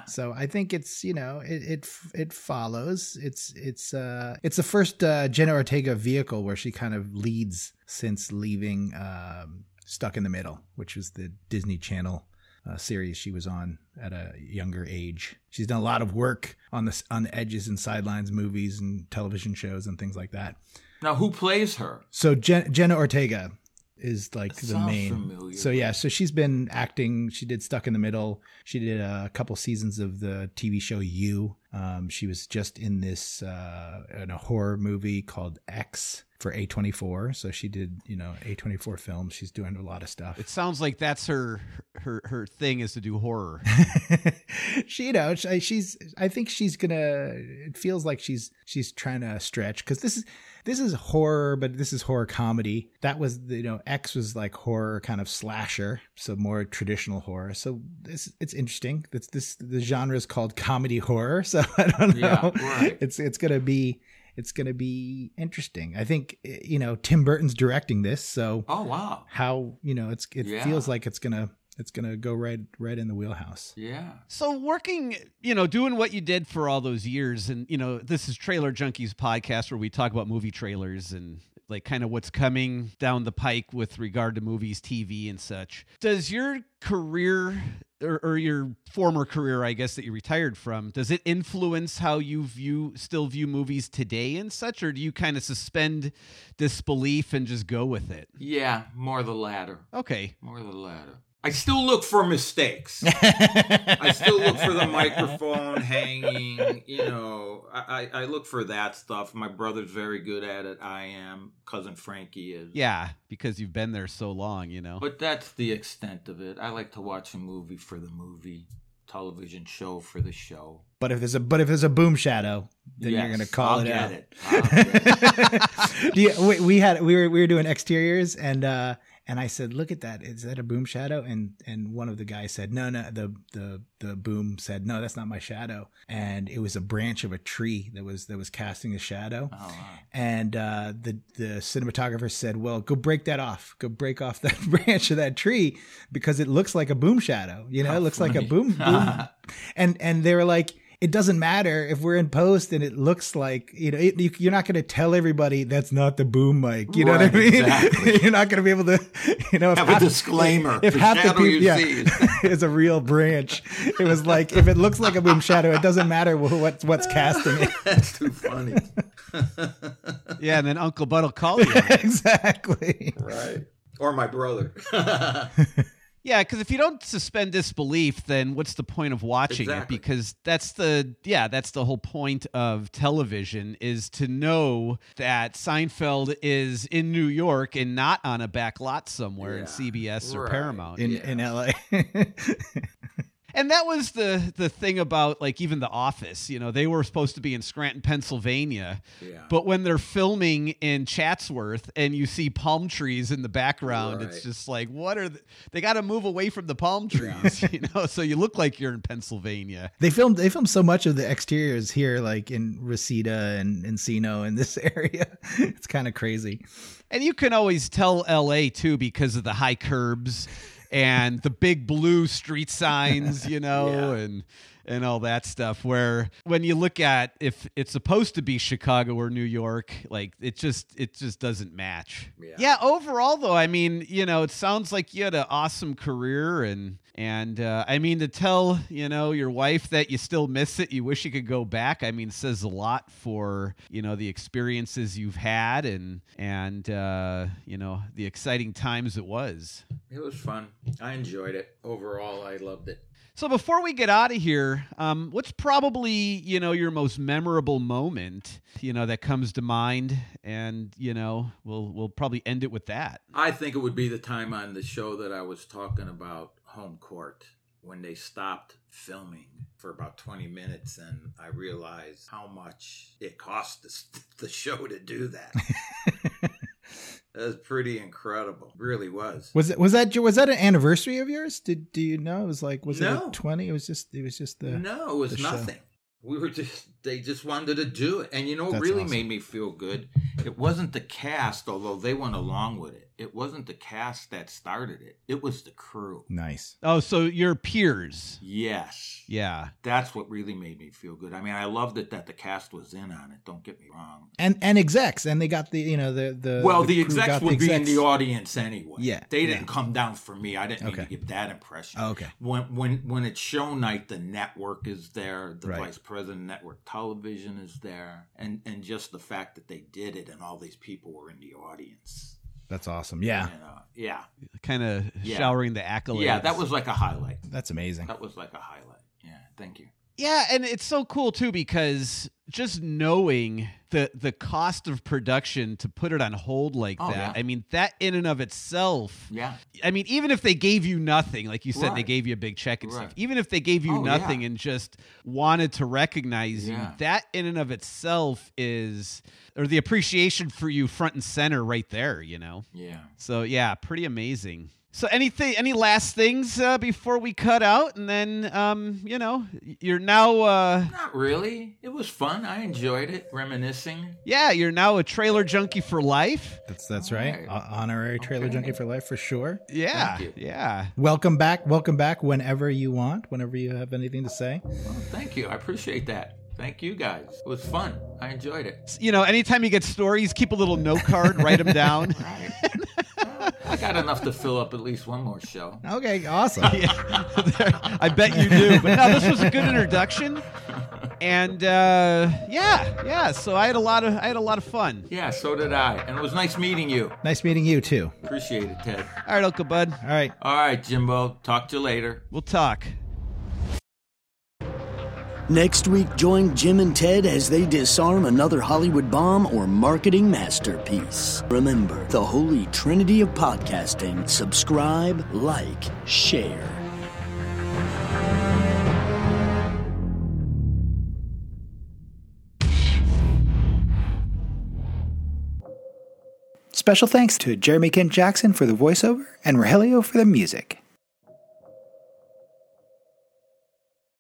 [SPEAKER 4] so I think it's you know it it f- it follows. It's it's uh it's the first uh, Jenna Ortega vehicle where she kind of leads since leaving um, Stuck in the Middle, which was the Disney Channel uh, series she was on at a younger age. She's done a lot of work on the s- on the edges and sidelines, movies and television shows and things like that.
[SPEAKER 1] now, who plays her?
[SPEAKER 4] So Jen- Jenna Ortega is like
[SPEAKER 1] That
[SPEAKER 4] the
[SPEAKER 1] sounds
[SPEAKER 4] main.
[SPEAKER 1] familiar.
[SPEAKER 4] So yeah, so she's been acting. She did Stuck in the Middle. She did a couple seasons of the TV show You. Um, she was just in this uh, in a horror movie called X for A24. So she did you know A24 films. She's doing a lot of stuff.
[SPEAKER 2] It sounds like that's her her her thing is to do horror.
[SPEAKER 4] she you know she, she's i think she's gonna it feels like she's she's trying to stretch because this is this is horror but this is horror comedy that was the, you know x was like horror kind of slasher so more traditional horror so this it's interesting that's this the genre is called comedy horror so i don't know
[SPEAKER 1] Yeah, right.
[SPEAKER 4] it's it's gonna be it's gonna be interesting i think eh, you know tim burton's directing this so
[SPEAKER 1] Oh wow.
[SPEAKER 4] how you know it's it
[SPEAKER 1] Yeah.
[SPEAKER 4] feels like it's gonna it's gonna go right right in the wheelhouse
[SPEAKER 1] Yeah.
[SPEAKER 2] So working, you know, doing what you did for all those years, and you know, this is Trailer Junkies podcast where we talk about movie trailers and like kind of what's coming down the pike with regard to movies, TV, and such. Does your career or, or your former career, I guess, that you retired from, does it influence how you view still view movies today and such, or do you kind of suspend disbelief and just go with it?
[SPEAKER 1] Yeah, more the latter.
[SPEAKER 2] Okay.
[SPEAKER 1] More the latter. I still look for mistakes. I still look for the microphone hanging. You know, I, I I look for that stuff. My brother's very good at it. I am. Cousin Frankie is.
[SPEAKER 2] Yeah, because you've been there so long, you know.
[SPEAKER 1] But that's the extent of it. I like to watch a movie for the movie, television show for the show.
[SPEAKER 4] But if there's a but if there's a boom shadow, then you're
[SPEAKER 1] Yes,
[SPEAKER 4] gonna
[SPEAKER 1] I'll
[SPEAKER 4] call it
[SPEAKER 1] get
[SPEAKER 4] out.
[SPEAKER 1] It. I'll get it.
[SPEAKER 4] Do you- we, we had we were we were doing exteriors and uh and I said, "Look at that! Is that a boom shadow?" And and one of the guys said, "No, no." The the the boom said, "No, that's not my shadow." And it was a branch of a tree that was that was casting a shadow.
[SPEAKER 1] Oh, wow.
[SPEAKER 4] And uh, the the cinematographer said, "Well, go break that off. Go break off that branch of that tree because it looks like a boom shadow. You know,
[SPEAKER 1] How
[SPEAKER 4] it looks like
[SPEAKER 1] Oh, funny.
[SPEAKER 4] a boom boom." and and they were like, "It doesn't matter if we're in post and it looks like you know it, you, you're not going to tell everybody that's not the boom mic. You know
[SPEAKER 1] Right,
[SPEAKER 4] what I mean?
[SPEAKER 1] exactly.
[SPEAKER 4] you're not going to be able to you know if
[SPEAKER 1] Have a
[SPEAKER 4] half-
[SPEAKER 1] disclaimer.
[SPEAKER 4] If
[SPEAKER 1] the
[SPEAKER 4] half the
[SPEAKER 1] shadow
[SPEAKER 4] people,
[SPEAKER 1] you
[SPEAKER 4] yeah,
[SPEAKER 1] see is
[SPEAKER 4] it's a real branch. It was like if it looks like a boom shadow, it doesn't matter wh- what what's casting it.
[SPEAKER 1] That's too funny.
[SPEAKER 2] Yeah, and then Uncle Bud'll
[SPEAKER 1] Oh,
[SPEAKER 2] call you. on it.
[SPEAKER 4] exactly.
[SPEAKER 1] right. Or my brother.
[SPEAKER 2] Yeah, because if you don't suspend disbelief, then what's the point of watching
[SPEAKER 1] Exactly.
[SPEAKER 2] it? Because that's the yeah, that's the whole point of television is to know that Seinfeld is in New York and not on a back lot somewhere in
[SPEAKER 1] Yeah,
[SPEAKER 2] CBS or
[SPEAKER 1] right.
[SPEAKER 2] Paramount.
[SPEAKER 4] in
[SPEAKER 1] Yeah.
[SPEAKER 4] in LA.
[SPEAKER 2] And that was the the thing about like even The Office. You know, they were supposed to be in Scranton, Pennsylvania,
[SPEAKER 1] yeah.
[SPEAKER 2] but when they're filming in Chatsworth and you see palm trees in the background,
[SPEAKER 1] Right.
[SPEAKER 2] it's just like, what are th- they got to move away from the palm trees, you know? So you look like you're in Pennsylvania.
[SPEAKER 4] they filmed they filmed so much of the exteriors here, like in Reseda and Encino in this area. It's kind of crazy.
[SPEAKER 2] And you can always tell LA too because of the high curbs and the big blue street signs, you know, and and all that stuff where when you look at if it's supposed to be Chicago or New York, like it just it just doesn't match.
[SPEAKER 1] Yeah.
[SPEAKER 2] overall though, I mean, you know, it sounds like you had an awesome career and and uh, I mean to tell, you know, your wife that you still miss it, you wish you could go back. I mean, says a lot for, you know, the experiences you've had and and uh, you know, the exciting times it was.
[SPEAKER 1] It was fun. I enjoyed it. Overall, I loved it.
[SPEAKER 2] So before we get out of here, um, what's probably you know your most memorable moment you know that comes to mind, and you know we'll we'll probably end it with that.
[SPEAKER 1] I think it would be the time on the show that I was talking about home court when they stopped filming for about 20 minutes and I realized how much it cost the, the show to do that. that was pretty incredible. Really was.
[SPEAKER 4] Was it was that was that an anniversary of yours? Did do you know? It was like was
[SPEAKER 1] No.
[SPEAKER 4] it twenty? It was just it was just the
[SPEAKER 1] no, it was
[SPEAKER 4] the show.
[SPEAKER 1] nothing. We were just they just wanted to do it. And you know what
[SPEAKER 4] That's
[SPEAKER 1] really
[SPEAKER 4] awesome.
[SPEAKER 1] made me feel good? It wasn't the cast, although they went along with it. It wasn't the cast that started it. It was the crew.
[SPEAKER 4] nice.
[SPEAKER 2] Oh, so your peers,
[SPEAKER 1] Yes.
[SPEAKER 2] yeah,
[SPEAKER 1] That's what really made me feel good. I mean, I loved it that the cast was in on it. Don't get me wrong.
[SPEAKER 4] And and execs and they got the you know the the
[SPEAKER 1] well, the,
[SPEAKER 4] crew got
[SPEAKER 1] execs would be in the
[SPEAKER 4] execs.
[SPEAKER 1] audience anyway.
[SPEAKER 4] Yeah,
[SPEAKER 1] they didn't
[SPEAKER 4] yeah.
[SPEAKER 1] come down for me. I didn't
[SPEAKER 4] Okay.
[SPEAKER 1] mean to give that impression.
[SPEAKER 4] Oh, okay.
[SPEAKER 1] When when when it's show night, the network is there. The
[SPEAKER 4] Right.
[SPEAKER 1] vice president of network television is there, and and just the fact that they did it and all these people were in the audience.
[SPEAKER 4] That's awesome. Yeah,
[SPEAKER 1] You know? Yeah,
[SPEAKER 2] kind of
[SPEAKER 1] Yeah.
[SPEAKER 2] showering the accolades.
[SPEAKER 1] yeah, that was like a highlight.
[SPEAKER 4] that's amazing.
[SPEAKER 1] That was like a highlight. Yeah, thank you.
[SPEAKER 2] Yeah, and it's so cool too because just knowing the the cost of production to put it on hold like
[SPEAKER 1] Oh,
[SPEAKER 2] that.
[SPEAKER 1] yeah.
[SPEAKER 2] I mean, that in and of itself
[SPEAKER 1] Yeah,
[SPEAKER 2] I mean, even if they gave you nothing, like you said, they
[SPEAKER 1] Right.
[SPEAKER 2] gave you a big check and stuff.
[SPEAKER 1] Right.
[SPEAKER 2] Even if they gave you
[SPEAKER 1] Oh,
[SPEAKER 2] nothing
[SPEAKER 1] yeah.
[SPEAKER 2] and just wanted to recognize
[SPEAKER 1] Yeah.
[SPEAKER 2] you, that in and of itself is, or the appreciation for you front and center right there, you know?
[SPEAKER 1] yeah.
[SPEAKER 2] So, yeah, pretty amazing. So, anything, any last things uh, before we cut out? And then, um, you know, you're now, uh,
[SPEAKER 1] Not really. It was fun. I enjoyed it. Reminiscing.
[SPEAKER 2] yeah, you're now a trailer junkie for life.
[SPEAKER 4] That's that's
[SPEAKER 1] Alright.
[SPEAKER 4] right. Uh, honorary trailer junkie for life for sure.
[SPEAKER 2] Yeah.
[SPEAKER 1] Thank you.
[SPEAKER 2] Yeah.
[SPEAKER 4] Welcome back. Welcome back whenever you want, whenever you have anything to say.
[SPEAKER 1] Thank you. I appreciate that. Thank you guys. It was fun. I enjoyed it.
[SPEAKER 2] You know, anytime you get stories, keep a little note card, write them down.
[SPEAKER 1] Right. I got enough to fill up at least one more show.
[SPEAKER 4] Okay, awesome.
[SPEAKER 2] Yeah. I bet you do. But no, this was a good introduction. And uh, yeah, yeah. So I had a lot of I had a lot of fun.
[SPEAKER 1] Yeah, so did I. And it was nice meeting you.
[SPEAKER 4] Nice meeting you too.
[SPEAKER 1] Appreciate it, Ted.
[SPEAKER 2] All right, Uncle Bud,
[SPEAKER 4] All right.
[SPEAKER 1] All right, Jimbo. Talk to you later.
[SPEAKER 2] we'll talk.
[SPEAKER 3] Next week, join Jim and Ted as they disarm another Hollywood bomb or marketing masterpiece. Remember, the holy trinity of podcasting subscribe, like, share.
[SPEAKER 5] Special thanks to Jeremy Kent Jackson for the voiceover and Rogelio for the music.